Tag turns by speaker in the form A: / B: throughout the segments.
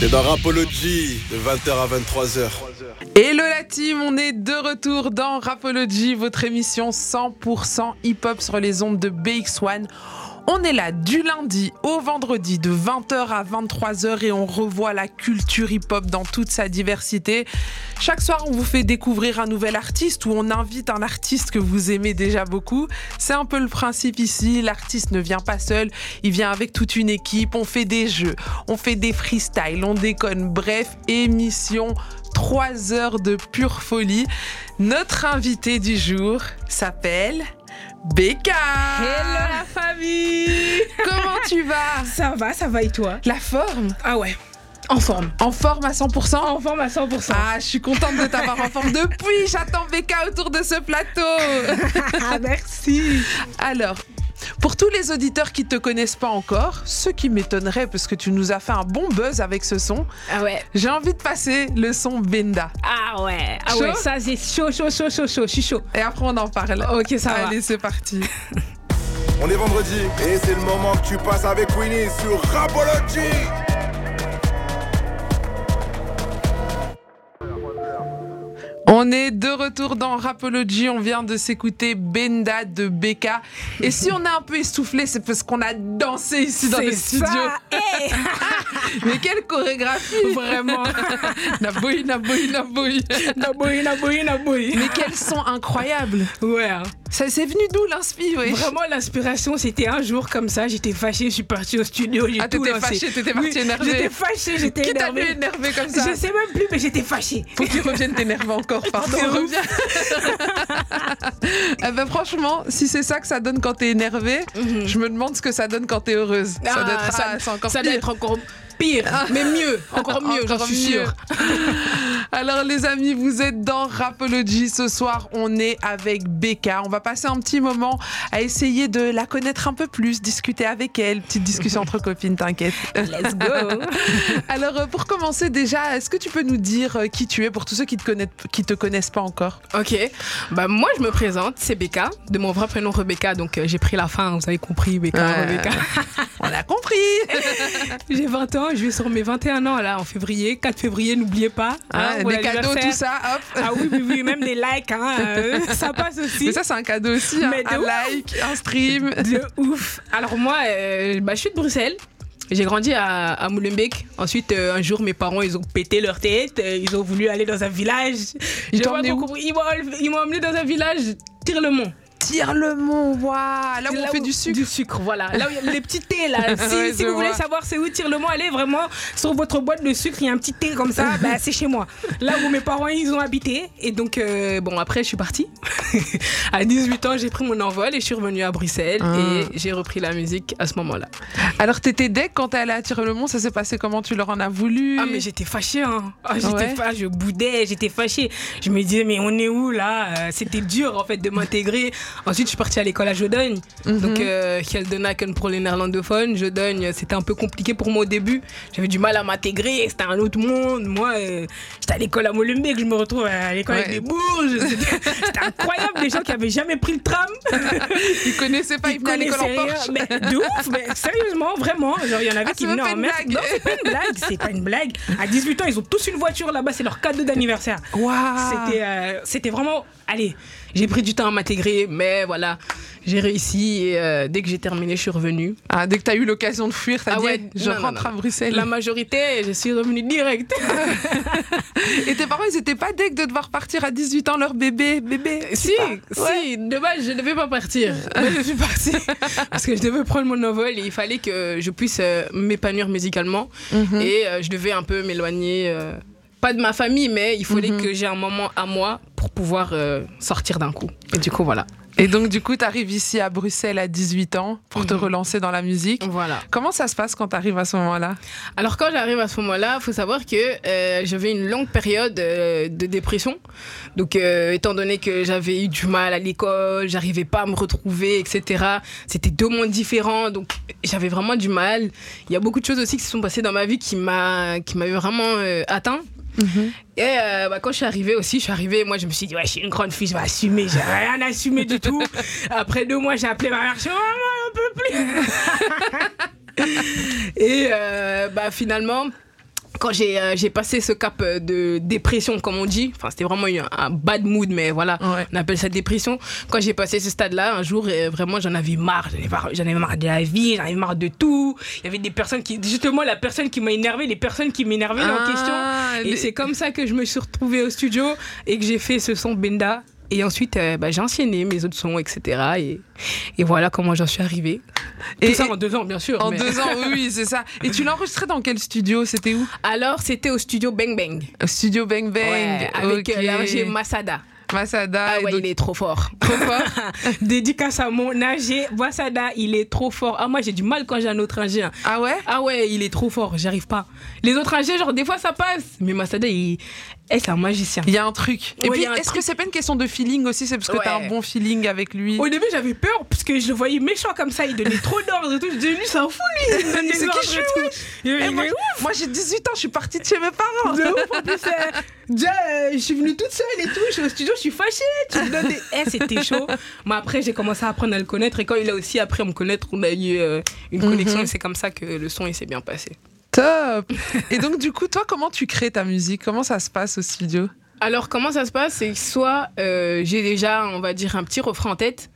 A: C'est dans Rapology de 20h à 23h.
B: Hello la team, on est de retour dans Rapology, votre émission 100% hip-hop sur les ondes de BX1. On est là du lundi au vendredi de 20h à 23h et on revoit la culture hip-hop dans toute sa diversité. Chaque soir, on vous fait découvrir un nouvel artiste ou on invite un artiste que vous aimez déjà beaucoup. C'est un peu le principe ici, l'artiste ne vient pas seul, il vient avec toute une équipe, on fait des jeux, on fait des freestyles, on déconne. Bref, émission 3 heures de pure folie. Notre invité du jour s'appelle Becca.
C: Hello la famille
B: Comment tu vas
C: Ça va, ça va et toi
B: La forme
C: Ah ouais, en forme.
B: En forme à 100%
C: En forme à 100%.
B: Ah, je suis contente de t'avoir en forme depuis. J'attends Becca autour de ce plateau.
C: Ah, merci
B: Alors, pour tous les auditeurs qui ne te connaissent pas encore, ce qui m'étonnerait parce que tu nous as fait un bon buzz avec ce son,
C: Ah ouais,
B: j'ai envie de passer le son Benda.
C: ah ouais, ah
B: Chaud
C: ouais, ça c'est chaud, chaud, chaud, chaud, chaud, je suis chaud.
B: Et après, on en parle.
C: Ok, ça va.
B: Allez, c'est parti.
A: On est vendredi et c'est le moment que tu passes avec Winnie sur Rapology.
B: On est de retour dans Rapology, on vient de s'écouter Benda de Becca. Et si on a un peu essoufflé, c'est parce qu'on a dansé ici dans le
C: C'est
B: studio.
C: ça. Hey
B: Mais quelle chorégraphie Vraiment Naboui, naboui, naboui
C: Naboui, naboui, naboui.
B: Mais quels sont incroyables
C: Ouais, hein.
B: Ça c'est venu d'où l'inspire wesh
C: vraiment l'inspiration c'était un jour comme ça, j'étais fâchée, je suis partie au studio, j'ai
B: Ah
C: tout
B: t'étais
C: lancé.
B: fâchée, t'étais
C: Oui,
B: partie énervée
C: J'étais fâchée, j'étais
B: Qui t'a vu
C: énervée.
B: énervée comme ça
C: Je sais même plus, mais j'étais fâchée.
B: Faut qu'il revienne t'énerver encore, pardon,
C: C'est ouf.
B: reviens Eh ben franchement, si c'est ça que ça donne quand t'es énervée, je me demande ce que ça donne quand t'es heureuse. Mhm. ça
C: Ah,
B: doit être,
C: ça-
B: ah, c'est encore
C: Ça
B: pire.
C: doit être encore pire, mais mieux, encore mieux, j'en
B: Encore mieux.
C: suis sûre.
B: Alors les amis, vous êtes dans Rapology. Ce soir, on est avec Becca. On va passer un petit moment à essayer de la connaître un peu plus, discuter avec elle. Petite discussion entre copines, t'inquiète.
C: Let's go
B: Alors euh, pour commencer déjà, est-ce que tu peux nous dire euh, qui tu es pour tous ceux qui te connaissent, qui te connaissent pas encore
D: Ok, bah moi je me présente, c'est Becca, de mon vrai prénom Rebecca, donc euh, j'ai pris la fin, vous avez compris, Becca,
B: Ouais.
D: Rebecca.
B: On a compris.
C: Eh,
D: J'ai 20 ans, je vais sur mes 21 ans là en février, 4 février, n'oubliez pas. hein,
B: Hein,
D: pour
B: des cadeaux,
D: l'anniversaire.
B: tout ça. Hop.
C: Ah oui, oui, oui, même des likes, hein, euh, ça passe aussi.
B: Mais ça c'est un cadeau aussi, hein.
C: Mais de
B: un
C: ouf.
B: like, un stream.
D: De ouf. Alors moi, euh, bah, je suis de Bruxelles. J'ai grandi à, à Molenbeek. Ensuite, euh, un jour, mes parents, ils ont pété leur tête. euh, ils ont voulu aller dans un village. J'ai
B: t'ont
D: pas
B: emmené
D: trop
B: où
D: compris. Ils m'ont- Ils m'ont emmené dans un village, tire le mont.
B: Tire le mont, waouh Là où
D: Là
B: on fait
D: où-
B: du sucre.
D: Du sucre, voilà. Là où il y a les petits thés, là. Si,
B: Ouais,
D: si
B: je
D: vous voulez
B: vois.
D: savoir c'est où, tire le mot, allez vraiment
C: Sur votre boîte de sucre, il y a un petit thé comme ça, bah, c'est chez moi.
D: là où mes parents ils ont habité. Et donc, euh, bon, après, je suis partie. à 18 ans, j'ai pris mon envol et je suis revenue à Bruxelles.
B: Ah.
D: Et j'ai repris la musique à ce moment-là.
B: Alors t'étais deck quand t'es allée à Tire le mont, ça s'est passé comment Tu leur en as voulu
D: Ah, mais j'étais fâchée, hein. Ah, j'étais
B: Ouais.
D: fa-
C: Ah, je boudais, j'étais fâchée. Je me disais, mais on est où là Euh, C'était dur en fait de m'intégrer.
D: Ensuite, je suis partie à l'école à Jodogne.
B: Mhm.
D: Donc, euh, Geldenaken pour les néerlandophones. Jodogne, c'était un peu compliqué pour moi au début. J'avais du mal à m'intégrer. C'était un autre monde. Moi, euh, j'étais à l'école à Molenbeek. Je me retrouve à l'école
B: Ouais.
D: avec des bourges. C'était-
C: C'était incroyable, des gens qui avaient jamais pris le tram.
B: Ils connaissaient pas, ils, venaient à l'école en
C: connaissaient rien.
B: Porsche.
C: Mais de ouf, mais sérieusement, vraiment. Genre, il y en avait
B: Ah,
C: qui
B: c'est même
C: venaient
B: pas
C: en
B: une
C: mer.
B: blague.
C: Non, c'est pas une blague, c'est pas une blague. À 18 ans, ils ont tous une voiture là-bas, c'est leur cadeau d'anniversaire.
B: Waouh
C: C'était euh, c'était vraiment. Allez,
D: J'ai pris du temps à m'intégrer, mais voilà, j'ai réussi. Et euh, dès que j'ai terminé, je suis revenue.
B: Ah, dès que t'as eu l'occasion de fuir, t'as
D: Ah
B: dit
D: ouais,
B: eh, je
D: non, non,
B: rentre
D: non.
B: à Bruxelles.
D: La majorité, je suis revenue direct.
B: Et tes parents, ils étaient pas dès que de devoir partir à 18 ans, leur bébé, bébé.
D: si, si, de base, je ne devais pas partir. Mais je suis partie parce que je devais prendre mon envol et il fallait que je puisse euh, m'épanouir musicalement.
B: Mm.
D: Et euh, je devais un peu m'éloigner, euh, pas de ma famille, mais il fallait
B: Mhm.
D: que j'ai un moment à moi pour pouvoir euh, sortir d'un coup. Et du coup, voilà.
B: Et donc, du coup, t'arrives ici à Bruxelles à 18 ans pour te
D: Mhm.
B: relancer dans la musique.
D: Voilà.
B: Comment ça se passe quand t'arrives à ce moment-là
D: Alors quand j'arrive à ce moment-là, il faut savoir que euh, j'avais une longue période euh, de dépression. Donc euh, étant donné que j'avais eu du mal à l'école, j'arrivais pas à me retrouver, etc. C'était deux mondes différents, donc j'avais vraiment du mal. Il y a beaucoup de choses aussi qui se sont passées dans ma vie qui m'a qui m'avaient vraiment euh, atteint. Et euh, bah, quand je suis arrivée aussi, je suis arrivée, moi je me suis dit, ouais, je suis une grande fille, je vais assumer, j'ai rien assumé du tout. Après deux mois, j'ai appelé ma mère, je suis, oh, maman, j'en peux plus. Et euh, bah, finalement, quand j'ai euh, j'ai passé ce cap euh, de dépression, comme on dit, enfin, c'était vraiment une- un bad mood, mais voilà,
B: Ouais.
D: on appelle ça dépression. Quand j'ai passé ce stade-là, un jour, euh, vraiment, j'en avais marre. J'en avais marre- j'en avais marre de la vie, j'en avais marre de tout. Il y avait des personnes qui, justement, la personne qui m'a énervé, les personnes qui m'énervaient là, en question.
B: Ah,
D: Et
B: les-
D: c'est comme ça que je me suis retrouvée au studio et que j'ai fait ce son Benda. Et ensuite, euh, bah, j'ai enchaîné mes autres sons, etc. Et, et voilà comment j'en suis arrivée. Tout
B: Et-
D: ça
B: et-
D: en deux ans, bien sûr.
B: En
D: mais-
B: deux ans, oui, oui, c'est ça. Et tu l'as enregistré dans quel studio C'était où
D: Alors, c'était au studio Bang Bang.
B: Studio Bang Bang.
D: Ouais, avec
B: ok.
D: euh, l'ingé Masada.
B: Masada.
D: Ah,
B: et
D: ouais,
B: d'autres-
D: il est trop fort.
B: Trop fort.
C: Dédicace à mon ingé, Wassada, il est trop fort. Ah, moi, j'ai du mal quand j'ai un autre ingé. hein.
B: Ah ouais
C: Ah ouais, il est trop fort, j'arrive pas.
D: Les autres ingés, genre, des fois, ça passe.
C: Mais Masada, il... eh, c'est un magicien.
B: Il y a un truc. Et
C: Ouais,
B: puis,
C: il y a un
B: est-ce que c'est pas une question de feeling aussi C'est parce que t'as
D: Ouais.
B: un bon feeling avec lui.
C: Au début, j'avais peur parce que je le voyais méchant comme ça. Il donnait trop d'ordres et tout. Je disais, lui, c'est un fou, lui. Il donne des
B: C'est qui
C: ordres
B: je suis,
C: et tout. Il-
B: Eh,
C: il
B: moi,
C: est
B: moi, j'ai 18 ans, je suis partie de chez mes parents.
C: de ouf. En plus, euh, déjà, euh, je suis venue toute seule et tout. Je suis au studio, je suis fâchée. Tu me donnes des. Eh, c'était chaud. Mais après, j'ai commencé à apprendre à le connaître. Et quand il a aussi appris à me connaître, on a eu euh, une
B: Mhm.
C: connexion. Et c'est comme ça que le son, il s'est bien passé.
B: Top Et donc, du coup, toi, comment tu crées ta musique Comment ça se passe au studio
D: Alors, comment ça se passe C'est que soit euh, j'ai déjà, on va dire, un petit refrain en tête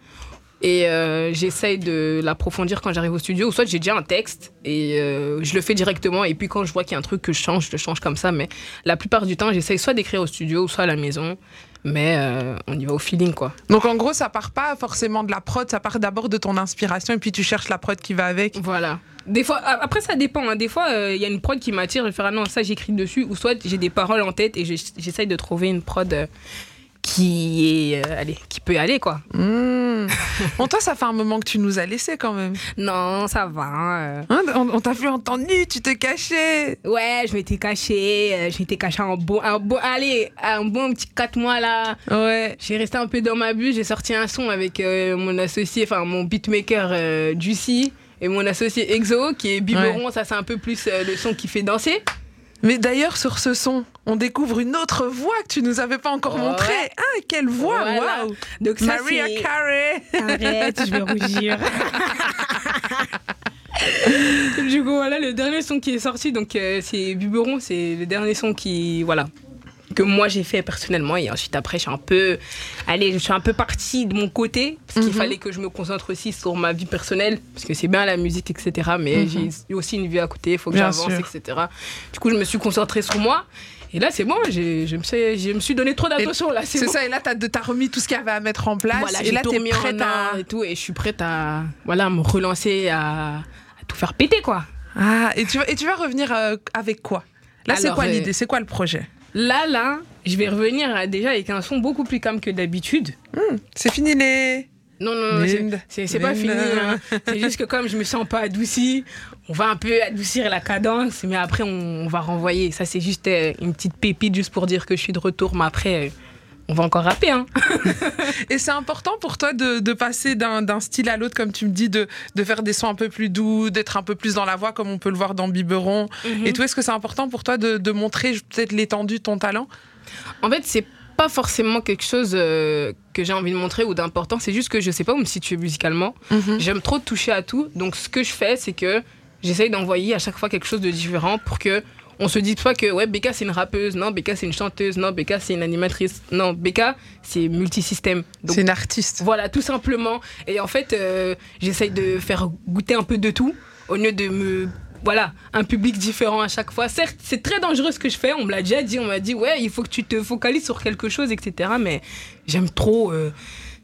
D: et euh, j'essaye de l'approfondir quand j'arrive au studio, ou soit j'ai déjà un texte et euh, je le fais directement. Et puis, quand je vois qu'il y a un truc que je change, je le change comme ça. Mais la plupart du temps, j'essaye soit d'écrire au studio, soit à la maison. Mais euh, on y va au feeling, quoi.
B: Donc, en gros, ça part pas forcément de la prod, ça part d'abord de ton inspiration et puis tu cherches la prod qui va avec.
D: Voilà. Des fois, a- après ça dépend. hein. Des fois, il y a une prod qui m'attire, je vais faire ah non ça j'écris dessus, ou soit j'ai des paroles en tête et je- j'essaye de trouver une prod euh, qui est, euh, allez, qui peut aller quoi.
B: Mmh. bon, toi, ça fait un moment que tu nous as laissé quand même.
D: Non, ça va. hein,
B: Hein, on on t'a vu en temps nu, tu te cachais.
D: euh. Ouais, je m'étais cachée. euh, Je m'étais cachée un bon, un bon, allez, un bon petit 4 mois là.
B: Ouais.
D: J'ai resté un peu dans ma bulle. J'ai sorti un son avec euh, mon associé, enfin mon beatmaker euh, Juicy et mon associé Exo qui est Biberon. Ça, c'est un peu plus euh, le son qui fait danser.
B: Mais d'ailleurs, sur ce son, on découvre une autre voix que tu nous avais pas encore
D: Ouais.
B: montrée. Ah, quelle voix
D: Voilà.
B: Waouh
D: Donc, ça,
B: Maria
D: c'est-
B: Carey
C: Arrête, je vais rougir.
D: Du coup, voilà le dernier son qui est sorti. Donc, euh, c'est Buberon, c'est le dernier son qui. Voilà. Que moi j'ai fait personnellement. Et ensuite, après, je suis un peu. Allez, je suis un peu partie de mon côté. Parce qu'il
B: Mhm.
D: fallait que je me concentre aussi sur ma vie personnelle. Parce que c'est bien la musique, etc. Mais
B: Mhm.
D: j'ai eu aussi une vie à côté. Il faut que
B: Bien
D: j'avance,
B: sûr.
D: etc. Du coup, je me suis concentrée sur moi. Et là, c'est bon. j'ai- Je me, suis, je me suis donné trop d'attention. Là, c'est
B: C'est
D: bon.
B: ça, et là, t'as t'as remis tout ce qu'il y avait à mettre en place.
D: Voilà,
B: et
D: j'ai
B: là,
D: tout
B: t'es
D: remis en
B: prête à.
D: ordre et tout. Et je suis prête à. Voilà, à me relancer, à, à tout faire péter, quoi.
B: Ah, et tu, vas- et tu vas revenir euh, avec quoi Là, c'est
D: Alors,
B: quoi
D: euh,
B: l'idée C'est quoi le projet
D: Là, là, je vais revenir à- déjà avec un son beaucoup plus calme que d'habitude.
B: C'est fini les.
D: Non, non, non,
B: Linda,
D: c'est- c'est c'est pas fini.
B: Linda.
D: hein. C'est juste que comme je me sens pas adoucie, on va un peu adoucir la cadence, mais après on, on va renvoyer. Ça, c'est juste euh, une petite pépite juste pour dire que je suis de retour, mais après, euh, on va encore rapper. Hein.
B: Et c'est important pour toi de, de passer d'un d'un style à l'autre, comme tu me dis, de, de faire des sons un peu plus doux, d'être un peu plus dans la voix, comme on peut le voir dans Biberon.
D: Mhm.
B: Et tout, est-ce que c'est important pour toi de, de montrer peut-être l'étendue de ton talent
D: En fait, c'est pas forcément quelque chose euh, que j'ai envie de montrer ou d'important, c'est juste que je sais pas où me situer musicalement.
B: Mm.
D: J'aime trop toucher à tout. Donc, ce que je fais, c'est que j'essaye d'envoyer à chaque fois quelque chose de différent pour que on se dise pas que ouais, Becca c'est une rappeuse, non, Becca c'est une chanteuse, non, Becca c'est une animatrice, non, Becca c'est multisystème. Donc,
B: C'est une artiste.
D: voilà, tout simplement. Et en fait, euh, j'essaye de faire goûter un peu de tout au lieu de me. Voilà, un public différent à chaque fois. Certes, c'est très dangereux ce que je fais, on me l'a déjà dit, on m'a dit, ouais, il faut que tu te focalises sur quelque chose, etc. Mais j'aime trop euh,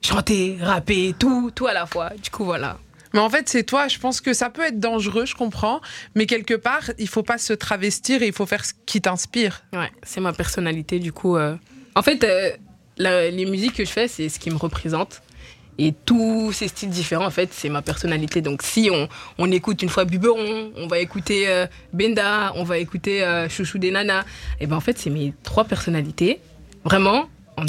D: chanter, rapper, tout, tout à la fois. Du coup, voilà.
B: Mais en fait, c'est toi. Je pense que ça peut être dangereux, je comprends. Mais quelque part, il faut pas se travestir et il faut faire ce qui t'inspire.
D: Ouais, c'est ma personnalité, du coup. euh. En fait, euh, la- les musiques que je fais, c'est ce qui me représente. Et tous ces styles différents, en fait, c'est ma personnalité. Donc, si on, on écoute une fois Buberon, on va écouter euh, Benda, on va écouter euh, Chouchou des Nanas, et ben en fait, c'est mes trois personnalités. Vraiment, en,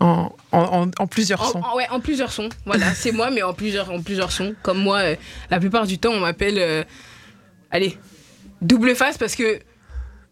B: En, en- en- en plusieurs
D: en-
B: sons.
D: en- ouais, en plusieurs sons. Voilà, c'est moi, mais en plusieurs, en plusieurs sons. Comme moi, euh, la plupart du temps, on m'appelle. euh, allez, double face parce que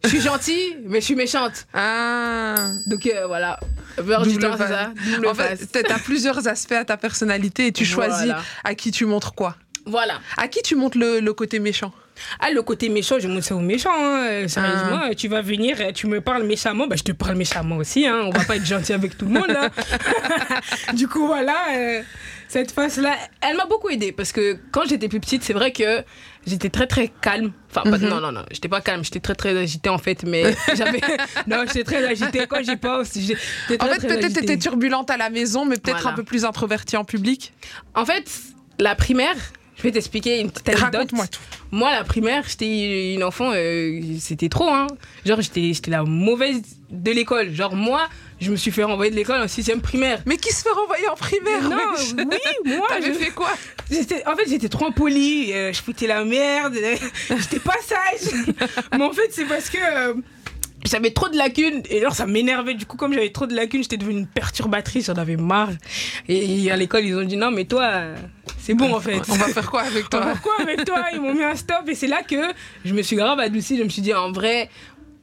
D: je suis gentille, mais je suis méchante.
B: Ah
D: Donc euh, voilà, Beurre du
B: Double
D: temps, c'est
B: face.
D: ça Double
B: En fait,
D: face.
B: t'as t'as plusieurs aspects à ta personnalité et tu choisis
D: Voilà.
B: à qui tu montres quoi.
D: Voilà.
B: À qui tu montres le, le côté méchant
C: Ah, le côté méchant, je montre ça aux méchants. hein. Euh,
B: Ah.
C: Sérieusement, euh, tu vas venir, euh, tu me parles méchamment, bah, je te parle méchamment aussi. Hein. On va pas être gentil avec tout le monde. hein. du coup, voilà, euh, cette face-là.
D: Elle m'a beaucoup aidée parce que quand j'étais plus petite, c'est vrai que j'étais très très calme. Enfin, pas- non, non, non, j'étais pas calme, j'étais très très agitée en fait, mais j'avais.
C: Non, j'étais très agitée quand j'y pense. j'étais
B: En
C: très,
B: fait,
C: très
B: peut-être
C: agitée.
B: t'étais turbulente à la maison, mais peut-être
D: Voilà.
B: un peu plus introvertie en public.
D: En fait, la primaire, je vais t'expliquer une petite anecdote.
B: Raconte-moi tout.
D: Moi, la primaire, j'étais une enfant, euh, c'était trop, hein. Genre, j'étais j'étais la mauvaise de l'école. Genre, moi, je me suis fait renvoyer de l'école en 6 primaire.
B: Mais qui se fait renvoyer en primaire
C: Non,
B: wesh
C: oui, moi,
B: T'avais
C: je-
B: fait quoi
C: j'étais- en fait, j'étais trop impolie. euh, je foutais la merde. euh, j'étais pas sage. Mais en fait, c'est parce que euh, j'avais trop de lacunes. Et alors, ça m'énervait. Du coup, comme j'avais trop de lacunes, j'étais devenue une perturbatrice. J'en avais marre. Et à l'école, ils ont dit non, mais toi, euh, c'est bon en fait.
B: On va faire quoi avec toi
C: Pourquoi avec toi Ils m'ont mis un stop et c'est là que
D: Je me suis grave adoucie, je me suis dit, en vrai,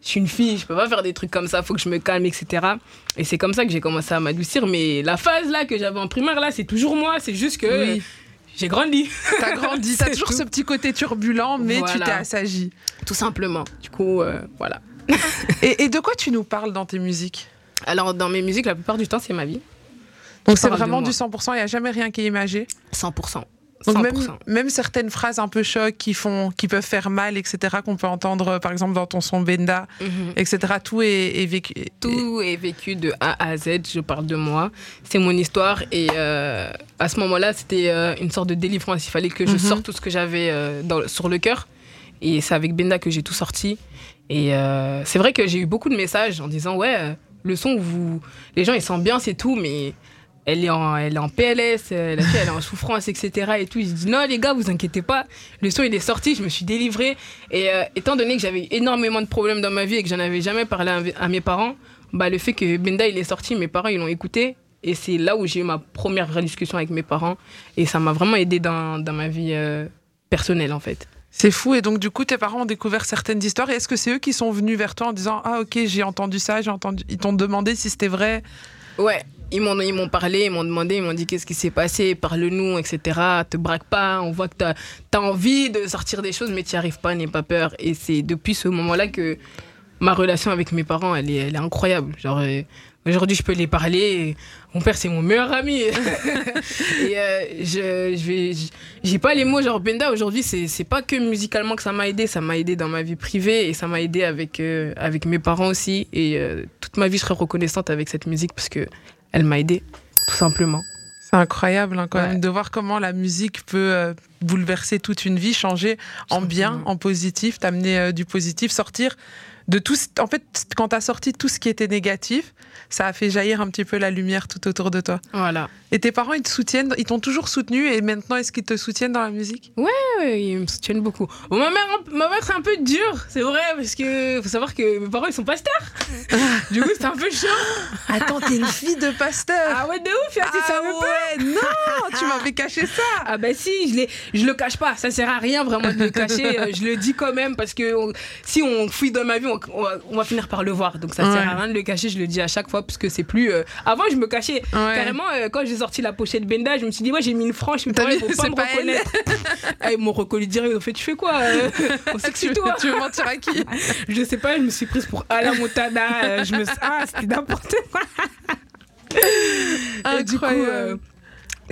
D: je suis une fille, je peux pas faire des trucs comme ça, faut que je me calme, etc. Et c'est comme ça que j'ai commencé à m'adoucir. Mais la phase là que j'avais en primaire, là, c'est toujours moi. C'est juste que euh,
B: Oui.
D: j'ai grandi.
B: T'as grandi, t'as toujours ce petit côté turbulent, mais tu
D: Voilà.
B: t'es assagi.
D: Tout simplement. Du coup, euh, voilà.
B: Et, et de quoi tu nous parles dans tes musiques
D: Alors, dans mes musiques, la plupart du temps, c'est ma vie.
B: Donc c'est
D: parle de
B: vraiment
D: moi.
B: du 100%, il n'y a jamais rien qui est imagé.
D: 100%.
B: Donc
D: 100%.
B: même, même certaines phrases un peu choc qui, font, qui peuvent faire mal, etc., qu'on peut entendre euh, par exemple dans ton son Benda,
D: Mhm.
B: etc., tout est, est vécu.
D: Tout est vécu de A à Z, je parle de moi. C'est mon histoire. Et euh, à ce moment-là, c'était euh, une sorte de délivrance. Il fallait que je
B: Mhm.
D: sorte tout ce que j'avais euh, dans- sur le cœur. Et c'est avec Benda que j'ai tout sorti. Et euh, c'est vrai que j'ai eu beaucoup de messages en disant Ouais, euh, le son, vous... les gens, ils sentent bien, c'est tout, mais. Elle est, en, elle est en PLS, euh, la fille elle est en souffrance, etc. Et tout. Je dis non les gars, vous inquiétez pas. Le son il est sorti, je me suis délivrée. Et euh, étant donné que j'avais énormément de problèmes dans ma vie et que j'en avais jamais parlé à- à mes parents, bah, le fait que Benda il est sorti, mes parents ils l'ont écouté. Et c'est là où j'ai eu ma première vraie discussion avec mes parents. Et ça m'a vraiment aidé dans, dans ma vie euh, personnelle en fait.
B: C'est fou. Et donc, du coup, tes parents ont découvert certaines histoires. Et est-ce que c'est eux qui sont venus vers toi en disant Ah, ok, j'ai entendu ça, j'ai entendu. Ils t'ont demandé si c'était vrai.
D: Ouais, ils m'ont, ils m'ont parlé, ils m'ont demandé, ils m'ont dit qu'est-ce qui s'est passé, parle-nous, etc. Te braque pas, on voit que t'as, t'as envie de sortir des choses, mais t'y arrives pas, n'aie pas peur. Et c'est depuis ce moment-là que ma relation avec mes parents, elle est, elle est incroyable. Genre, euh, aujourd'hui, je peux les parler. et Mon père, c'est mon meilleur ami. et euh, je, je vais, je- j'ai pas les mots. Genre, Benda, aujourd'hui, c'est, c'est pas que musicalement que ça m'a aidé, ça m'a aidé dans ma vie privée et ça m'a aidé avec, euh, avec mes parents aussi. Et euh, toute ma vie, je serai reconnaissante avec cette musique parce que elle m'a aidé, tout simplement.
B: C'est incroyable, hein, quand
D: Ouais.
B: même, de voir comment la musique peut euh, bouleverser toute une vie, changer en bien, en positif, t'amener euh, du positif, sortir de tout. ce- En fait, quand t'as sorti tout ce qui était négatif, ça a fait jaillir un petit peu la lumière tout autour de toi.
D: Voilà.
B: Et tes parents, ils te soutiennent, ils t'ont toujours soutenu. Et maintenant, est-ce qu'ils te soutiennent dans la musique
D: Ah Ouais, ils me soutiennent beaucoup. Bon, ma mère, un- ma mère c'est un peu dur, c'est vrai, parce que faut savoir que mes parents, ils sont pasteurs. du coup, c'est un peu chiant.
B: Attends, t'es une fille de pasteur
C: ah ouais de ouf, hein,
B: Ah
C: tu savais pas
B: ouais, non, tu m'avais caché ça.
D: Ah bah si, je, l'ai- je le cache pas, ça sert à rien vraiment de le cacher, euh, je le dis quand même parce que on- si on fouille dans ma vie, on, on va, on va finir par le voir. Donc ça
B: Ouais.
D: sert à rien de le cacher, je le dis à chaque fois parce que c'est plus... euh, Avant je me cachais,
B: Ouais.
D: carrément euh, quand j'ai sorti la pochette Benda, je me suis dit ouais j'ai mis une franche, mais
B: T'as
D: ils
B: vu,
D: vont
B: c'est
D: pas me
B: pas elle.
D: reconnaître. ah, ils m'ont reconnu direct, ils ont fait tu fais quoi euh, On sait
B: Ah, Tu
D: que c'est
B: veux,
D: toi.
B: tu veux mentir à qui
C: Je sais pas, je me suis prise pour Alain Montana. euh, je me ah, c'était n'importe quoi.
D: Et du coup, euh,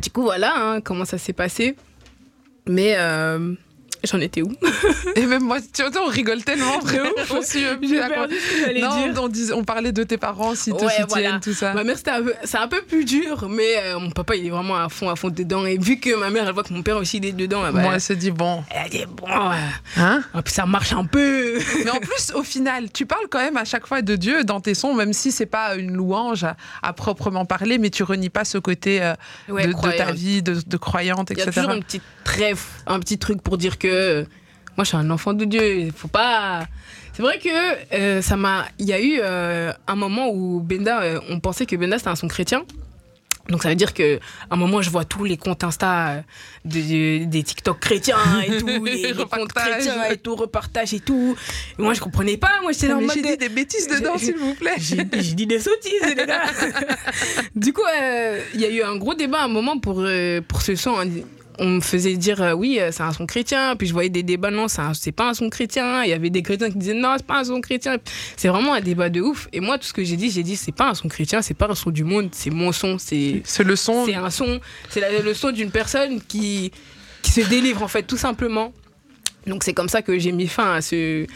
D: du coup, voilà hein, comment ça s'est passé. Mais euh, j'en étais où
B: Et même moi, tu vois, on rigole tellement,
D: De
B: vraiment.
D: ouf.
B: Je suis plus
D: J'ai
B: à quoi-
D: perdu ce que j'allais
B: Non,
D: dire.
B: on, dis- on parlait de tes parents, s'ils te
D: Ouais,
B: soutiennent,
D: voilà.
B: tout ça.
D: bah, Ma mère, c'était un peu- c'est un, peu plus dur, mais euh, mon papa, il est vraiment à fond, à fond dedans. Et vu que ma mère, elle voit que mon père aussi, il est dedans, elle, va-
B: Moi, elle se dit bon.
D: elle a dit, bon, ouais.
B: Hein
D: Ah, puis ça marche un peu.
B: Mais en plus, au final, tu parles quand même à chaque fois de Dieu dans tes sons, même si c'est pas une louange à, à proprement parler, mais tu renies pas ce côté euh,
D: Ouais,
B: de, de ta
D: croyante.
B: vie, de, de croyante,
D: Il y a
B: etc.
D: toujours une petite trêve, un petit truc pour dire que euh, moi je suis un enfant de Dieu. Il faut pas. C'est vrai que euh, ça m'a. Il y a eu euh, un moment où Benda, euh, on pensait que Benda c'était un son chrétien. Donc ça veut dire que à un moment je vois tous les comptes Insta euh, de- des TikTok chrétiens et tout, les, les comptes
B: Repartage.
D: chrétiens et tout, repartage et tout. Et moi je comprenais pas, moi j'étais
B: Mais
D: dans le
B: j'ai
D: mode
B: dit des bêtises dedans,
D: J'ai-
B: s'il vous plaît.
D: j'ai j'ai dit des sottises, les gars. du coup, euh, il y a eu un gros débat à un moment pour, euh, pour ce son. On- on me faisait dire euh, oui, euh, c'est un son chrétien. Puis je voyais des débats, non, c'est un- c'est pas un son chrétien. Il y avait des chrétiens qui disaient non, c'est pas un son chrétien. C'est vraiment un débat de ouf. Et moi, tout ce que j'ai dit, j'ai dit c'est pas un son chrétien, c'est pas un son du monde, c'est mon son, c'est
B: C'est le son.
D: c'est un son, c'est la- le son d'une personne qui, qui se délivre en fait, tout simplement. Donc c'est comme ça que j'ai mis fin à ce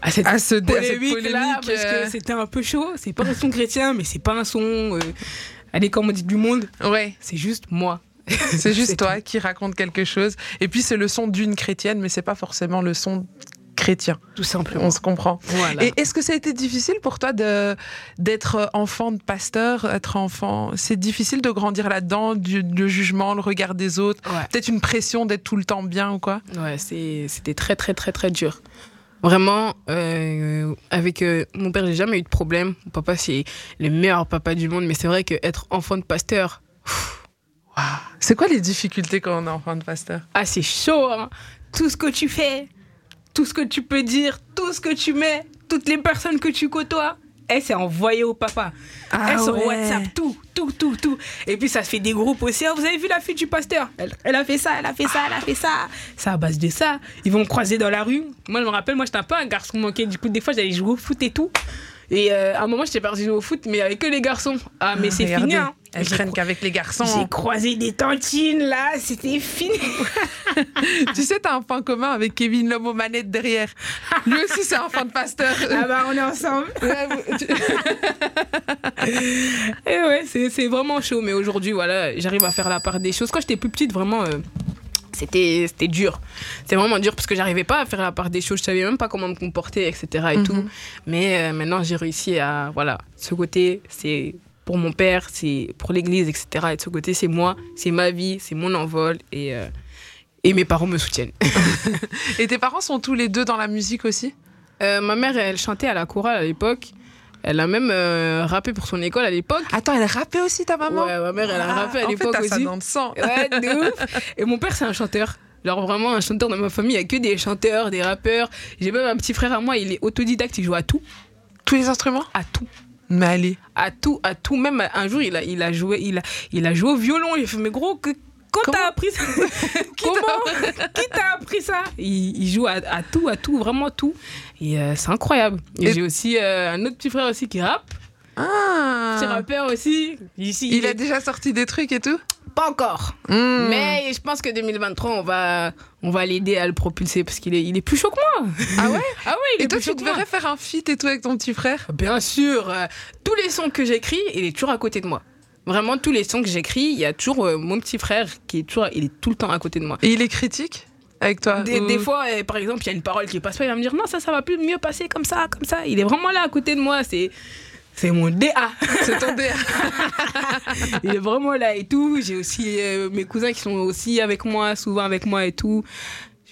D: à cette
B: À ce dé- à cette
D: polémique, là, parce
B: euh,
D: que c'était un peu chaud. C'est pas un son chrétien, mais c'est pas un son. euh, allez, comme on dit du monde,
B: Ouais,
D: c'est juste moi.
B: c'est juste
D: C'est
B: toi qui raconte quelque chose. Et puis c'est le son d'une chrétienne, mais c'est pas forcément le son chrétien.
D: Tout simplement.
B: On se comprend.
D: Voilà.
B: Et est-ce que ça a été difficile pour toi de d'être euh, enfant de pasteur, être enfant C'est difficile de grandir là-dedans, du- le jugement, le regard des autres,
D: Ouais.
B: peut-être une pression d'être tout le temps bien ou quoi
D: Ouais, c'est- c'était très, très, très, très dur. Vraiment, euh, avec euh, mon père, j'ai jamais eu de problème. Mon papa, c'est le meilleur papa du monde, mais c'est vrai qu'être enfant de pasteur,
B: C'est quoi les difficultés quand on est enfant de pasteur
D: ah, c'est chaud, hein. Tout ce que tu fais, tout ce que tu peux dire, tout ce que tu mets, toutes les personnes que tu côtoies, elle s'est envoyée au papa. elle sur WhatsApp, tout, tout, tout, tout. Et puis ça se fait des groupes aussi. Ah, vous avez vu la fille du pasteur elle, elle a fait ça, elle a fait ça, elle a fait ça. C'est à base de ça. Ils vont me croiser dans la rue. Moi, je me rappelle, moi, j'étais un peu un garçon manqué. Du coup, des fois, j'allais jouer au foot et tout. Et euh, à un moment, j'étais partie jouer au foot, mais avec que les garçons. Ah, mais c'est
B: Regardez,
D: fini, hein.
B: Elles
D: J'ai
B: traînent
D: cro-
B: qu'avec les garçons.
C: J'ai croisé des tantines là, c'était fini.
B: tu sais, t'as un point commun avec Kevin Lhomme aux manettes derrière. Lui aussi, c'est un fan de pasteur.
C: Ah bah on est ensemble.
D: Eh ouais, c'est c'est vraiment chaud. Mais aujourd'hui, voilà, j'arrive à faire la part des choses. Quand j'étais plus petite, vraiment, euh, c'était c'était dur. C'était vraiment dur parce que j'arrivais pas à faire la part des choses. Je savais même pas comment me comporter, etc. Et tout.
B: Mhm.
D: Mais euh, maintenant, j'ai réussi à. Voilà, ce côté, c'est pour mon père, c'est pour l'église, etc. Et de ce côté, c'est moi, c'est ma vie, c'est mon envol. Et, euh, et mes parents me soutiennent.
B: Et tes parents sont tous les deux dans la musique aussi
D: Euh, ma mère, elle chantait à la chorale à l'époque. Elle a même euh, rappé pour son école à l'époque.
B: Attends, elle rappait aussi ta maman
D: Ouais, ma mère, elle a
B: Ah,
D: rappé à
B: en fait,
D: l'époque
B: t'as ça
D: aussi.
B: dans le sang.
D: Ouais, de ouf. Et mon père, c'est un chanteur. Genre vraiment un chanteur dans ma famille, il n'y a que des chanteurs, des rappeurs. J'ai même un petit frère à moi, il est autodidacte, il joue à tout,
B: Tous les instruments
D: à tout,
B: Mais allez.
D: à tout, à tout. Même un jour, il a, il a joué, il a, il a joué au violon. J'ai fait, mais gros, que- quand
B: Comment
D: t'as appris ça Comment Qui t'a appris ça il, il joue à, à tout, à tout, vraiment tout. Et euh, c'est incroyable. Et,
B: Et-
D: j'ai aussi euh, un autre petit frère aussi qui rappe, petit
B: Ah
D: rappeur aussi. Ici,
B: Il a déjà sorti des trucs et tout
D: pas encore.
B: Hmm.
D: Mais je pense que 2023, on va, on va l'aider à le propulser parce qu'il est, il est plus chaud que moi.
B: Ah ouais
D: Ah ouais, il est
B: Et toi,
D: plus
B: tu
D: chaud que moi.
B: devrais faire un feat et tout avec ton petit frère
D: Bien sûr, euh, tous les sons que j'écris, il est toujours à côté de moi. Vraiment, tous les sons que j'écris, il y a toujours euh, mon petit frère qui est toujours, il est tout le temps à côté de moi.
B: Et il est critique avec toi
D: Des,
B: ou-
D: des fois, euh, par exemple, il y a une parole qui passe pas, il va me dire non, ça, ça va plus mieux passer comme ça, comme ça. Il est vraiment là à côté de moi. C'est, c'est mon DA.
B: C'est ton dé-
D: Il est vraiment là et tout. J'ai aussi euh, mes cousins qui sont aussi avec moi, souvent avec moi et tout.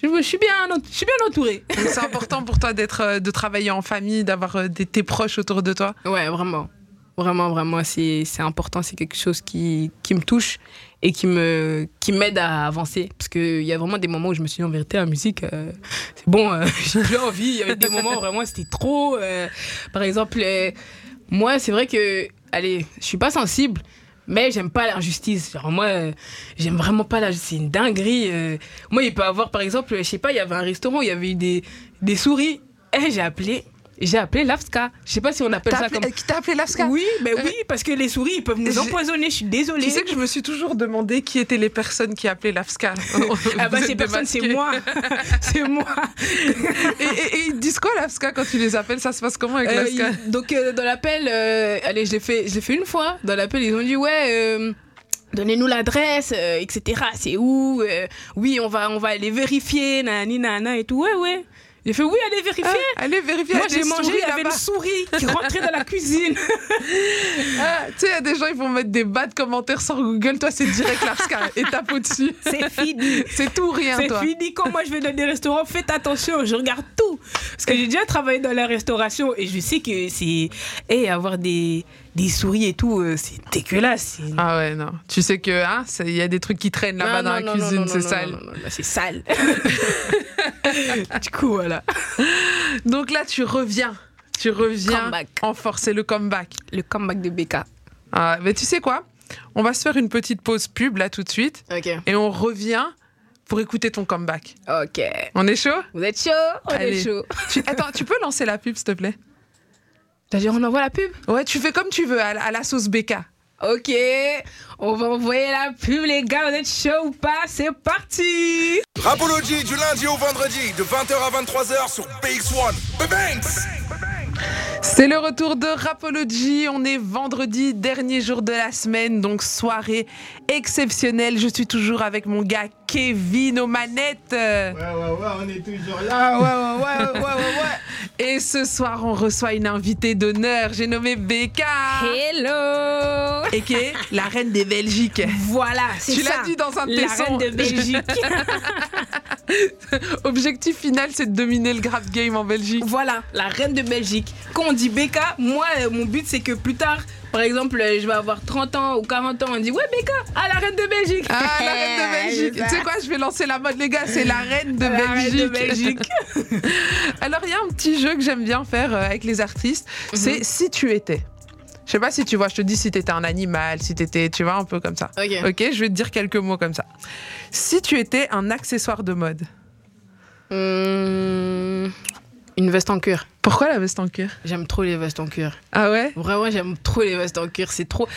D: Je, me- je suis bien, ent- je suis bien entourée.
B: Donc, C'est important pour toi d'être, euh, de travailler en famille, d'avoir euh, des- tes proches autour de toi.
D: Ouais, vraiment. Vraiment, vraiment, c'est c'est important. C'est quelque chose qui, qui me touche et qui me qui m'aide à avancer. Parce qu'il y a vraiment des moments où je me suis dit, en vérité, la musique, euh, c'est bon, euh, j'ai plus envie. Il y avait des moments où vraiment c'était trop. euh, par exemple, euh, moi, c'est vrai que, allez, je suis pas sensible. Mais j'aime pas l'injustice. Genre, moi, euh, j'aime vraiment pas la. C'est une dinguerie. euh. Moi, il peut avoir, par exemple, je sais pas, il y avait un restaurant où il y avait eu des, des souris. Et j'ai appelé, j'ai appelé l'AFSCA. Je sais pas si on appelle
B: T'as
D: ça
B: appelé- euh,
D: comme.
B: Qui t'a appelé Lavska
D: Oui, mais
B: Euh,
D: oui, parce que les souris, ils peuvent nous
B: j'ai-
D: empoisonner, je suis désolée.
B: Tu sais que je me suis toujours demandé qui étaient les personnes qui appelaient l'AFSCA.
D: ah bah
B: Vous
D: ces
B: êtes
D: personnes, c'est
B: démasqués.
D: moi. c'est moi.
B: Et, et- et ils disent quoi l'AFSCA quand tu les appelles Ça se passe comment avec
D: Euh,
B: l'AFSCA
D: ils- donc euh, dans l'appel, euh, allez, je l'ai fait, je l'ai fait une fois. Dans l'appel, ils ont dit ouais. euh, Donnez-nous l'adresse, euh, etc. C'est où euh, Oui, on va, on va aller vérifier, nanani, nanana et tout. Ouais, ouais. J'ai fait oui, allez vérifier.
B: Ah, Allez vérifier.
D: Moi,
B: il y a
D: j'ai
B: des
D: mangé,
B: souris
D: il y avait une
B: là-bas.
D: souris qui rentrait dans la cuisine.
B: Ah, Tu sais, il y a des gens, ils vont mettre des bas de commentaires sur Google. Toi, c'est direct l'AFSCA et tape au-dessus.
D: C'est fini.
B: C'est tout ou rien,
D: C'est
B: toi.
D: fini. Quand moi je vais dans des restaurants, faites attention, je regarde tout. Parce que j'ai déjà travaillé dans la restauration et je sais que c'est. Et avoir des, des souris et tout, euh, c'est dégueulasse. c'est-
B: Ah ouais, non. Tu sais que, hein, c'est- il y a des trucs qui traînent là-bas
D: Non,
B: dans
D: non,
B: la
D: non, non,
B: cuisine,
D: non,
B: c'est
D: non,
B: sale.
D: non, non, non, C'est sale. du coup, voilà.
B: Donc là, tu reviens. Tu reviens
D: Comeback.
B: en force. C'est le comeback.
D: Le comeback de Becca.
B: Ah, mais tu sais quoi On va se faire une petite pause pub là tout de suite
D: Ok.
B: et on revient pour écouter ton comeback.
D: Ok.
B: On est chaud
D: Vous êtes chaud On
B: Allez.
D: est chaud.
B: Tu- Attends, tu peux lancer la pub, s'il te plaît
D: T'as on envoie la pub
B: Ouais, tu fais comme tu veux, à, la- à la sauce BK.
D: Ok, on va envoyer la pub, les gars. Vous êtes chaud ou pas C'est parti
A: Rapology du lundi au vendredi de 20h à 23h sur PX1. Bebanks
B: C'est le retour de Rapology. On est vendredi, dernier jour de la semaine, donc soirée exceptionnelle. Je suis toujours avec mon gars Kevin aux manettes. Euh,
E: Ouais, ouais, ouais, on est toujours
B: Ah,
E: là. Ouais, ouais, ouais, ouais, ouais, ouais.
B: Et ce soir, on reçoit une invitée d'honneur. J'ai nommé BK.
D: Hello
B: Et qui est la reine des Belgiques.
C: Voilà, c'est ça.
B: Tu l'as dit dans un de tes
C: La
B: sons.
C: reine de Belgique.
B: Objectif final, c'est de dominer le grab game en Belgique.
C: voilà, la reine de Belgique. Quand on dit Becca, moi, euh, mon but, c'est que plus tard, par exemple, euh, je vais avoir 30 ans ou 40 ans, on dit Ouais, Becca, ah, la reine de Belgique.
B: Ah, la reine de Belgique.
C: C'est ça.
B: Tu sais quoi, je vais lancer la mode, les gars. C'est la reine de
C: La reine
B: Belgique.
C: de Belgique.
B: Alors, il y a un petit jeu que j'aime bien faire euh, avec les artistes. C'est si tu étais. Je sais pas si tu vois, je te dis si t'étais un animal, si t'étais, tu vois, un peu comme ça.
D: Ok.
B: Ok, je vais te dire quelques mots comme ça. Si tu étais un accessoire de mode,
D: Hum, une veste en cuir.
B: pourquoi la veste en cuir
D: J'aime trop les vestes en cuir.
B: Ah ouais
D: Vraiment, j'aime trop les vestes en cuir. C'est trop.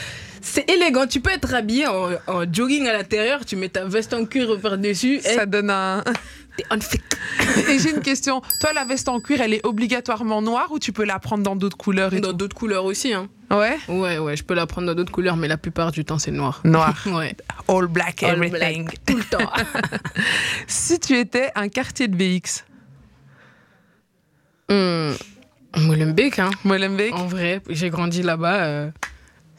D: C'est élégant. Tu peux être habillé en, en jogging à l'intérieur. Tu mets ta veste en cuir par-dessus. Et
B: Ça donne un.
D: t'es on fleek.
B: Et j'ai une question. Toi, la veste en cuir, elle est obligatoirement noire ou tu peux la prendre dans d'autres couleurs et
D: Dans d'autres couleurs aussi. Hein.
B: tout Ouais
D: Ouais, ouais, je peux la prendre dans d'autres couleurs, mais la plupart du temps, c'est noir.
B: Noir.
D: Ouais.
B: All black,
D: All
B: everything.
D: black, Tout le temps.
B: Si tu étais un quartier de BX,
D: Hum, Molenbeek, hein.
B: Molenbeek,
D: En vrai, j'ai grandi là-bas. euh,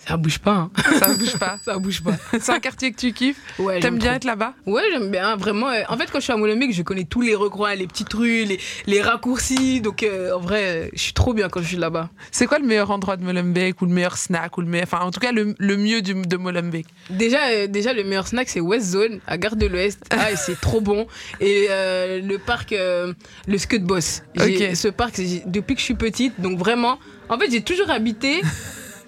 D: ça bouge pas. hein.
B: ça bouge pas.
D: Ça bouge pas.
B: C'est un quartier que tu kiffes.
D: Ouais, j'aime
B: T'aimes bien
D: trop.
B: être là-bas
D: Ouais, j'aime bien, vraiment. euh, En fait, quand je suis à Molenbeek, je connais tous les recoins, les petites rues, les, les raccourcis. Donc, euh, en vrai, euh, je suis trop bien quand je suis là-bas.
B: C'est quoi le meilleur endroit de Molenbeek ou le meilleur snack ou le meilleur... Enfin, en tout cas, le, le mieux du- de Molenbeek.
D: Déjà, euh, déjà, le meilleur snack, c'est West Zone, à Gare de l'Ouest. Ah, et c'est trop bon. Et euh, le parc, euh, le Scud Boss. J'ai-
B: Ok.
D: Ce parc, j'ai- depuis que je suis petite, donc vraiment. En fait, j'ai toujours habité.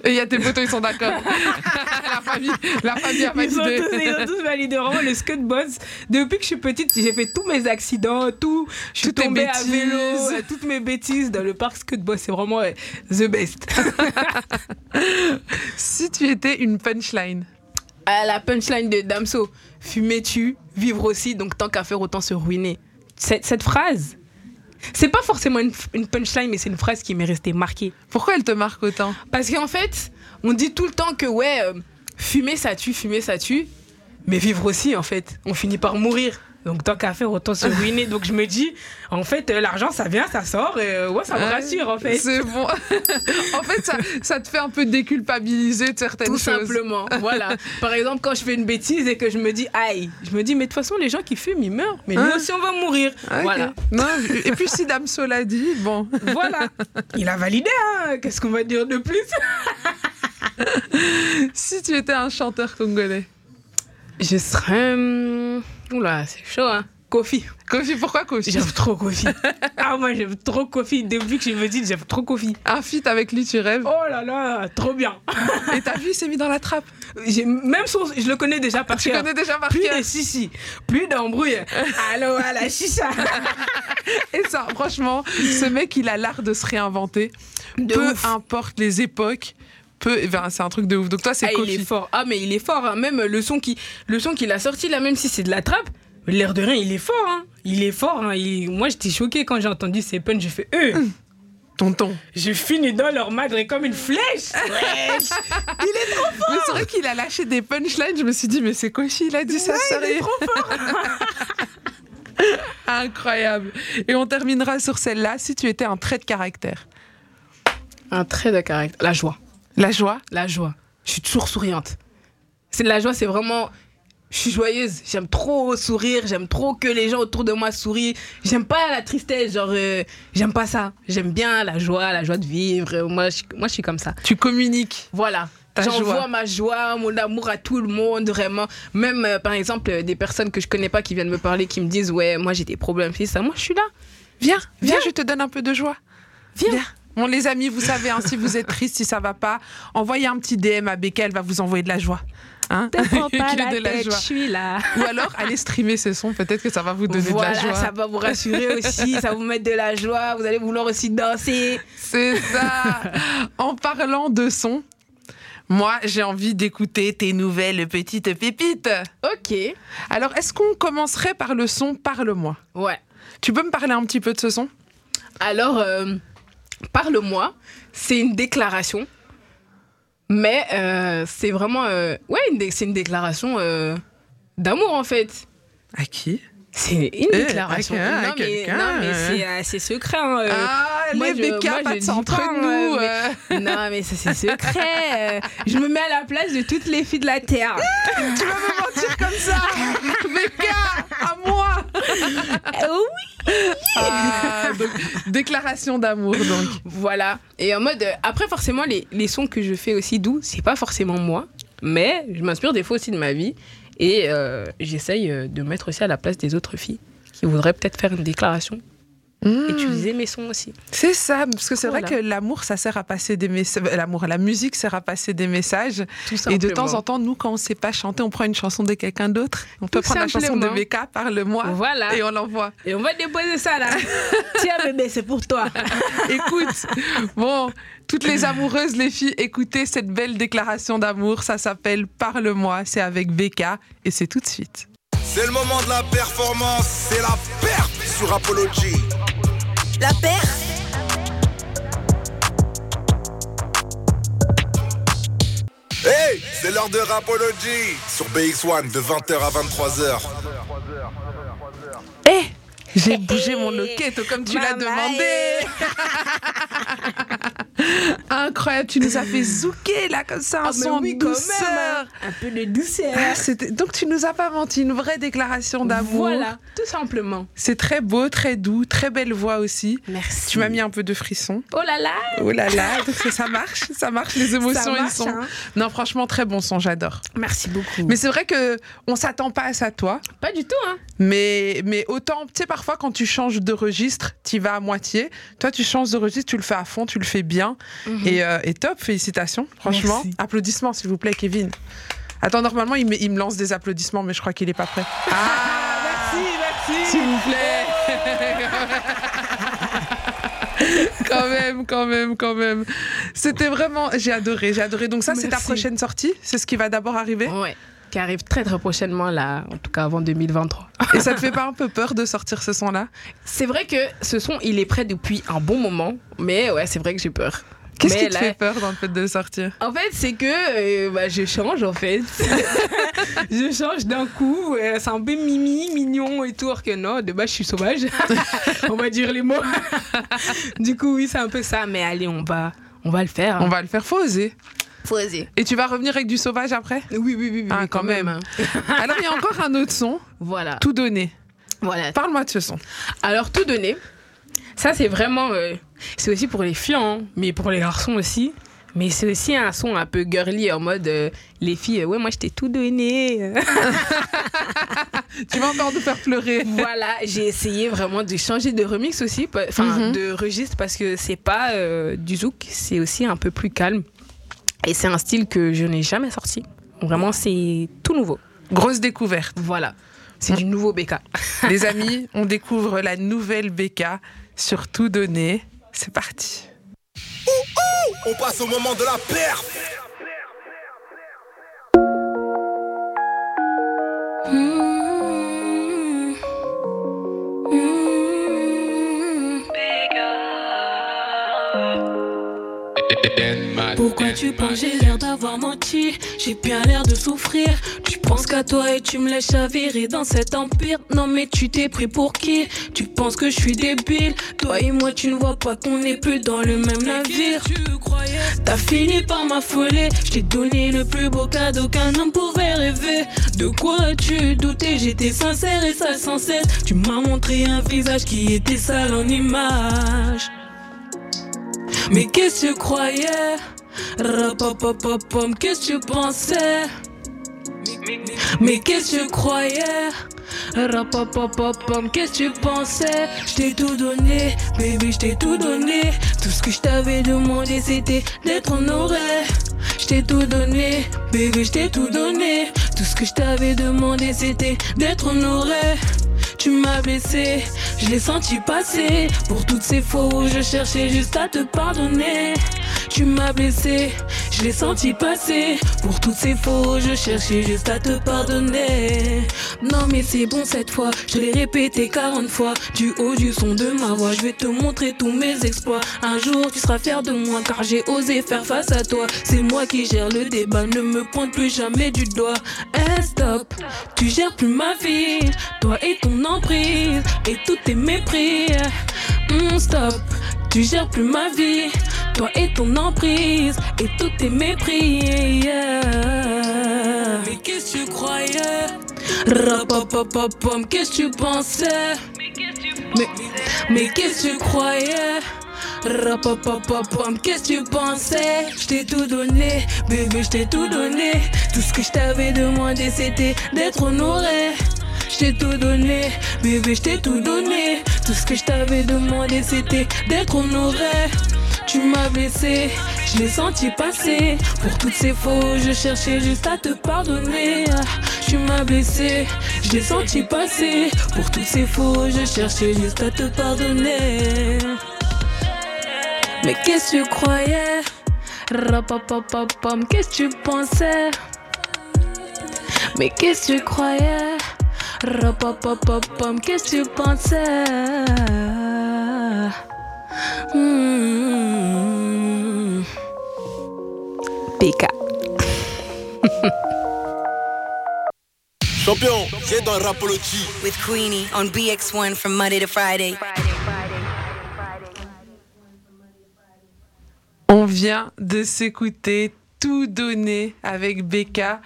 B: Et il y a tes potos, ils sont d'accord. la famille, la famille a
D: Ah bah,
C: Ils sont,
B: validé.
C: tous, ils ont tous validé. Vraiment, le scud boss. Depuis que je suis petite, j'ai fait tous mes accidents, tout. Je suis
B: Toutes tes
C: tombée à
B: bêtises.
C: vélo, euh, toutes mes bêtises dans le parc scud boss. C'est vraiment euh, the best.
B: Si tu étais une punchline,
D: à Ah, la punchline de Damso. Fumer tu, vivre aussi, donc tant qu'à faire, autant se ruiner.
C: Cette, cette phrase, c'est pas forcément une, une punchline, mais c'est une phrase qui m'est restée marquée.
B: pourquoi elle te marque autant
D: Parce qu'en fait, on dit tout le temps que ouais, euh, fumer ça tue, fumer ça tue, mais vivre aussi en fait.
C: On finit par mourir. Donc, tant qu'à faire, autant se ruiner. Donc, je me dis, en fait, euh, l'argent, ça vient, ça sort. Et, euh, ouais, ça me
B: Ouais.
C: rassure, en fait.
B: C'est bon. en fait, ça, ça te fait un peu déculpabiliser de certaines
D: Tout
B: choses.
D: simplement, voilà. Par exemple, quand je fais une bêtise et que je me dis aïe, je me dis mais de toute façon les gens qui fument ils meurent, mais nous
B: Hein
D: aussi on va mourir.
B: Ok.
D: Voilà.
B: Non, et puis si Damso l'a dit, bon.
C: Voilà. Il a validé, hein. Qu'est-ce qu'on va dire de plus
B: Si tu étais un chanteur congolais,
D: Je serais, hum, oula c'est chaud hein. Kofi,
B: Kofi, pourquoi Kofi
C: J'aime trop Kofi. Ah, moi, j'aime trop Kofi. Depuis que je me dis, j'aime trop Kofi.
B: Un feat avec lui, tu rêves.
C: Oh là là, trop bien.
B: Et t'as vu, il s'est mis dans la trappe.
C: J'ai- Même son, je le connais déjà par
B: Tu
C: cœur.
B: connais déjà
C: Plus
B: Marqueur.
C: de sissi, plus d'embrouille. Allô, à la chicha.
B: Et ça, franchement, ce mec, il a l'art de se réinventer.
D: de
B: peu
D: ouf.
B: importe les époques. Peu, enfin, c'est un truc de ouf. Donc toi, c'est
D: Ah, il est
B: Kofi.
D: fort. Ah, mais il est fort. hein. Même le son qui- le son qu'il a sorti, là, même si c'est de la trappe,
C: L'air de rien, il est fort. Hein. Il est fort. Hein. Il- Moi, j'étais choquée quand j'ai entendu ces puns. J'ai fait eux.
B: Tonton.
C: Je finis dans leur madre comme une flèche. Wesh.
B: Mais c'est vrai qu'il a lâché des punchlines. Je me suis dit, mais c'est Kofi, il a dit ça, sérieux. Incroyable. Et on terminera sur celle-là. Si tu étais un trait de caractère,
D: Un trait de caractère. La joie.
B: la joie.
D: La joie. Je suis toujours souriante. C'est la joie, c'est vraiment. Je suis joyeuse. J'aime trop sourire. J'aime trop que les gens autour de moi sourient. J'aime pas la tristesse. Genre, euh, j'aime pas ça. J'aime bien la joie, la joie de vivre. Euh, Moi, je, moi, je suis comme ça.
B: Tu communiques.
D: Voilà.
B: Ta joie.
D: J'envoie ma joie, mon amour à tout le monde, vraiment. Même, euh, par exemple, euh, des personnes que je connais pas qui viennent me parler, qui me disent Ouais, moi j'ai des problèmes, c'est ça. Moi, je suis là.
B: Viens, viens,
D: Viens.
B: je te donne un peu de joie.
D: Viens.
B: Bon, les amis, vous savez, hein, si vous êtes triste, si ça va pas, envoyez un petit DM à Becca, elle va vous envoyer de la joie. Hein
D: Te prends
B: Que
D: pas
B: de
D: la
B: la
D: tête,
B: joie.
D: je suis là.
B: Ou alors, allez streamer ces sons, peut-être que ça va vous donner
D: voilà,
B: de la joie.
D: ça va vous rassurer aussi, ça va vous mettre de la joie, vous allez vouloir aussi danser.
B: C'est ça. en parlant de son, moi, j'ai envie d'écouter tes nouvelles petites pépites.
D: Ok,
B: Alors, est-ce qu'on commencerait par le son Parle-moi
D: ouais.
B: Tu peux me parler un petit peu de ce son
D: Alors, euh, parle-moi, c'est une déclaration, mais euh, c'est vraiment... euh, ouais, une dé- c'est une déclaration euh, d'amour en fait.
B: À qui
D: C'est une
B: Eh,
D: déclaration.
B: à quelqu'un, à
D: non, mais,
B: quelqu'un,
D: non, mais
B: euh.
D: c'est euh, c'est secret. hein, euh.
B: Ah,
D: moi,
B: les
D: je-
B: BK,
D: moi,
B: pas
D: je
B: de
D: dis
B: ça entre
D: pas,
B: nous.
D: euh, mais-
B: euh.
D: Non, mais ça, c'est secret. euh. Je me mets à la place de toutes les filles de la Terre.
B: Tu vas me mentir comme ça BK, à moi
D: Euh, oui.
B: Ah, donc, Déclaration d'amour, donc.
D: Voilà. Et en mode. euh, Après, forcément, les, les sons que je fais aussi doux, c'est pas forcément moi. Mais je m'inspire des fois aussi de ma vie. Et euh, j'essaye euh, de me mettre aussi à la place des autres filles qui voudraient peut-être faire une déclaration
B: Hmm.
D: et utiliser mes sons aussi.
B: C'est ça, parce que c'est vrai
D: Voilà.
B: que l'amour, ça sert à passer des messages. L'amour, la musique sert à passer des messages.
D: Tout
B: Et de temps en temps, nous, quand on ne sait pas chanter, on prend une chanson de quelqu'un d'autre. On peut
D: Tout
B: prendre la chanson
D: simplement.
B: de BK, parle-moi,
D: Voilà.
B: et on l'envoie.
D: Et on va déposer ça là.
C: Tiens, bébé, c'est pour toi.
B: Écoute, bon, toutes les amoureuses, les filles, écoutez cette belle déclaration d'amour. Ça s'appelle Parle-moi, c'est avec BK, et c'est tout de suite.
A: C'est le moment de la performance, c'est la perte sur Apology.
F: La paire
A: Hey, c'est l'heure de Rapology sur BX1 de 20h à 23h.
B: Eh J'ai bougé mon loquet, comme tu l'as
F: Mama,
B: demandé. Incroyable, tu nous as fait zouker là comme ça, un
D: Ah, mais
B: son en
D: oui, quand même,
B: douceur.
D: hein.
C: Un peu de douceur.
B: Ah, c'était- Donc tu nous as pas menti, une vraie déclaration d'amour.
D: Voilà, tout simplement.
B: C'est très beau, très doux, très belle voix aussi.
D: Merci.
B: Tu m'as mis un peu de frisson.
D: Oh là là.
B: Oh là là, donc ça- ça marche, ça marche, les
D: Ça
B: émotions, ils
D: marche,
B: sont.
D: hein.
B: Non, franchement, très bon son, j'adore.
D: Merci beaucoup.
B: Mais c'est vrai que on s'attend pas à ça, toi.
D: pas du tout, hein.
B: Mais, mais autant, tu sais, parfois quand tu changes de registre, tu vas à moitié. Toi, tu changes de registre, tu le fais à fond, tu le fais bien.
D: Mhm.
B: et, euh, et top, félicitations, franchement.
C: Merci.
B: Applaudissements, s'il vous plaît, Kevin. Attends, normalement, il me, il me lance des applaudissements, mais je crois qu'il est pas prêt. Ah,
C: Merci, merci.
B: S'il vous plaît. quand même, quand même, quand même. C'était vraiment. J'ai adoré, j'ai adoré. Donc, ça, c'est ta
D: Merci.
B: prochaine sortie C'est ce qui va d'abord arriver
D: Ouais. Qui arrive très très prochainement là, en tout cas avant 2023.
B: Et ça te fait pas un peu peur de sortir ce son-là
D: C'est vrai que ce son, il est prêt depuis un bon moment, mais ouais, c'est vrai que j'ai peur.
B: Qu'est-ce
D: Mais
B: qui te
D: là-
B: fait peur dans le fait de le sortir
D: En fait, c'est que euh, bah, je change en fait. je change d'un coup. euh, c'est un peu mimi, mignon et tout. Alors que non, de base, je suis sauvage. on va dire les mots. du coup, oui, c'est un peu ça. Mais allez, on va, on va le faire. hein.
B: On va le faire, faut oser.
D: Faut oser.
B: Et tu vas revenir avec du sauvage après
D: Oui, oui, oui, oui,
B: Ah,
D: oui,
B: quand même.
D: hein.
B: Alors il y a encore un autre son,
D: Voilà.
B: tout donné.
D: Voilà.
B: Parle-moi de ce son.
D: Alors, tout donné, ça c'est vraiment. euh, c'est aussi pour les filles, hein, mais pour les garçons aussi. Mais c'est aussi un son un peu girly en mode euh, les filles, euh, ouais, moi je t'ai tout donné.
B: Tu vas encore nous faire pleurer.
D: voilà, j'ai essayé vraiment de changer de remix aussi, pa- enfin
B: Mhm.
D: de registre parce que c'est pas euh, du zouk, c'est aussi un peu plus calme. Et c'est un style que je n'ai jamais sorti. Vraiment, c'est tout nouveau.
B: Grosse découverte.
D: Voilà. C'est du nouveau BK.
B: Les amis, on découvre la nouvelle BK sur tout donné. C'est parti.
A: On passe au moment de la perte.
G: Pourquoi tu penses j'ai l'air d'avoir menti J'ai bien l'air de souffrir Tu penses qu'à toi et tu me laisses chavirer dans cet empire Non mais tu t'es pris pour qui Tu penses que je suis débile Toi et moi tu ne vois pas qu'on n'est plus dans Oh, le même navire T'as fini par m'affoler Je t'ai donné le plus beau cadeau qu'un homme pouvait rêver De quoi as-tu douté J'étais sincère et sale sans cesse Tu m'as montré un visage qui était sale en image mais qu'est-ce que tu croyais Rapapapapam, qu'est-ce que tu pensais Mais qu'est-ce que tu croyais Rapapapapam, qu'est-ce que tu pensais Je t'ai tout donné, baby, je t'ai tout donné Tout ce que je t'avais demandé c'était d'être honoré je t'ai tout donné, bébé, je t'ai tout donné. Tout ce que je t'avais demandé, c'était d'être honoré. Tu m'as blessé, je l'ai senti passer. Pour toutes ces fois où je cherchais juste à te pardonner. Tu m'as blessé, je l'ai senti passer. Pour toutes ces fois où je cherchais juste à te pardonner. Non mais c'est bon cette fois, je te l'ai répété 40 fois. Du haut du son de ma voix, je vais te montrer tous mes exploits. Un jour tu seras fier de moi car j'ai osé faire face à toi. C'est moi qui gère le débat, ne me pointe plus jamais du doigt. Eh stop, tu gères plus ma vie. Toi et ton emprise et tous tes mépris. Hum, stop, tu gères plus ma vie. Toi et ton emprise et tous tes mépris. yeah. Mais qu'est-ce que tu croyais? Rapapapapam, qu'est-ce que tu pensais? Mais, mais qu'est-ce que tu croyais? Rapapapapam, qu'est-ce que tu pensais? Je t'ai tout donné, bébé, je t'ai tout donné. Tout ce que je t'avais demandé, c'était d'être honoré. Je t'ai tout donné, bébé, je t'ai tout donné. Tout ce que je t'avais demandé, c'était d'être honoré. Tu m'as blessé, je l'ai senti passer. Pour toutes ces faux, je cherchais juste à te pardonner. Tu m'as blessé, je l'ai senti passer. Pour toutes ces faux, je cherchais juste à te pardonner. Mais qu'est-ce que tu croyais? Rapapapapam, qu'est-ce que tu pensais? Mais qu'est-ce que tu croyais? Rapapapapam, qu'est-ce que tu pensais? Mmh.
A: Champion, viens dans Rapology.
F: with Queenie on BX1 from Monday to Friday.
B: On vient de s'écouter tout donner avec Becca.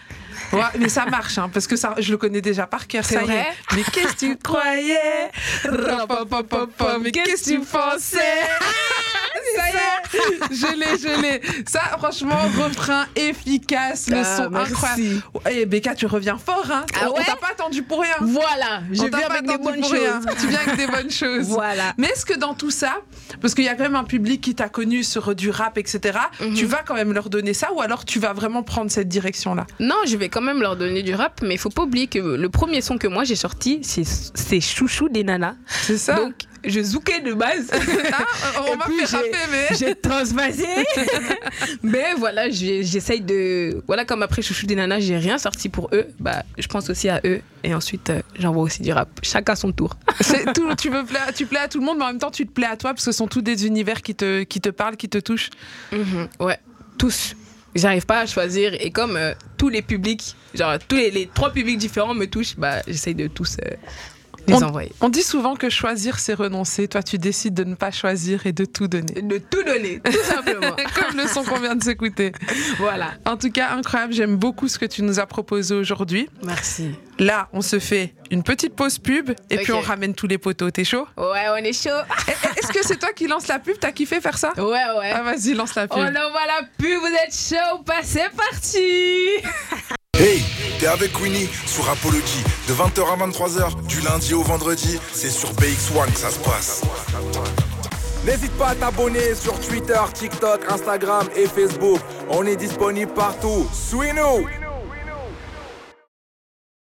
B: Ouais, mais ça marche, hein, parce que ça, je le connais déjà par cœur. Ça y
D: vrai
B: est. Mais qu'est-ce que tu croyais Rapapapapa, Mais qu'est-ce que tu pensais
D: Ah,
B: Ça y est, je l'ai, je l'ai. Ça, franchement, refrain efficace, le
D: Ah,
B: son
D: merci.
B: incroyable. Et Becca, tu reviens fort, hein On-
D: Ah ouais
B: On t'a pas attendu pour rien.
D: Voilà, je
B: On
D: viens
B: t'a pas
D: avec des
B: attendu
D: bonnes
B: pour
D: choses.
B: rien. Tu viens avec des bonnes choses.
D: Voilà.
B: Mais est-ce que dans tout ça, parce qu'il y a quand même un public qui t'a connu sur du rap, etc., tu vas quand même leur donner ça ou alors tu vas vraiment prendre cette direction-là
D: Non, je vais quand même leur donner du rap, mais il faut pas oublier que le premier son que moi j'ai sorti, c'est- c'est Chouchou des Nanas.
B: C'est ça
D: Donc, je zoukais de base.
B: Ah, on
D: Et
B: m'a
D: puis
B: fait
D: j'ai-
B: rapper, mais.
D: j'ai transvasé. mais Ben voilà, j'ai- j'essaye de. Voilà, comme après Chouchou des Nanas, j'ai rien sorti pour eux, bah, je pense aussi à eux. Et ensuite, euh, j'envoie aussi du rap. Chacun son tour.
B: C'est tout, tu, veux pla- tu plais à tout le monde, mais en même temps, tu te plais à toi parce que ce sont tous des univers qui te, qui te parlent, qui te touchent.
D: Ouais, tous. J'arrive pas à choisir. Et comme euh, tous les publics, genre tous les, les trois publics différents me touchent, bah, j'essaye de tous euh, les
B: On-
D: envoyer.
B: On dit souvent que choisir, c'est renoncer. Toi, tu décides de ne pas choisir et de tout donner.
D: De tout donner, tout simplement.
B: Comme le son qu'on vient de s'écouter.
D: voilà.
B: En tout cas, incroyable. J'aime beaucoup ce que tu nous as proposé aujourd'hui.
D: Merci.
B: Là, on se fait une petite pause pub et puis
D: Ok.
B: on ramène tous les poteaux. T'es chaud
D: Ouais, on est chaud.
B: Eh, eh, Est-ce que c'est toi qui lance la pub T'as kiffé faire ça
D: Ouais, Oh ouais.
B: Ah vas-y, lance la pub.
D: On envoie la pub, vous êtes chaud ou pas C'est parti
A: Hey, t'es avec Queenie sur Rapology de 20h à 23h du lundi au vendredi, c'est sur BX1 que ça se passe. N'hésite pas à t'abonner sur Twitter, TikTok, Instagram et Facebook. On est disponible partout. Suis-nous.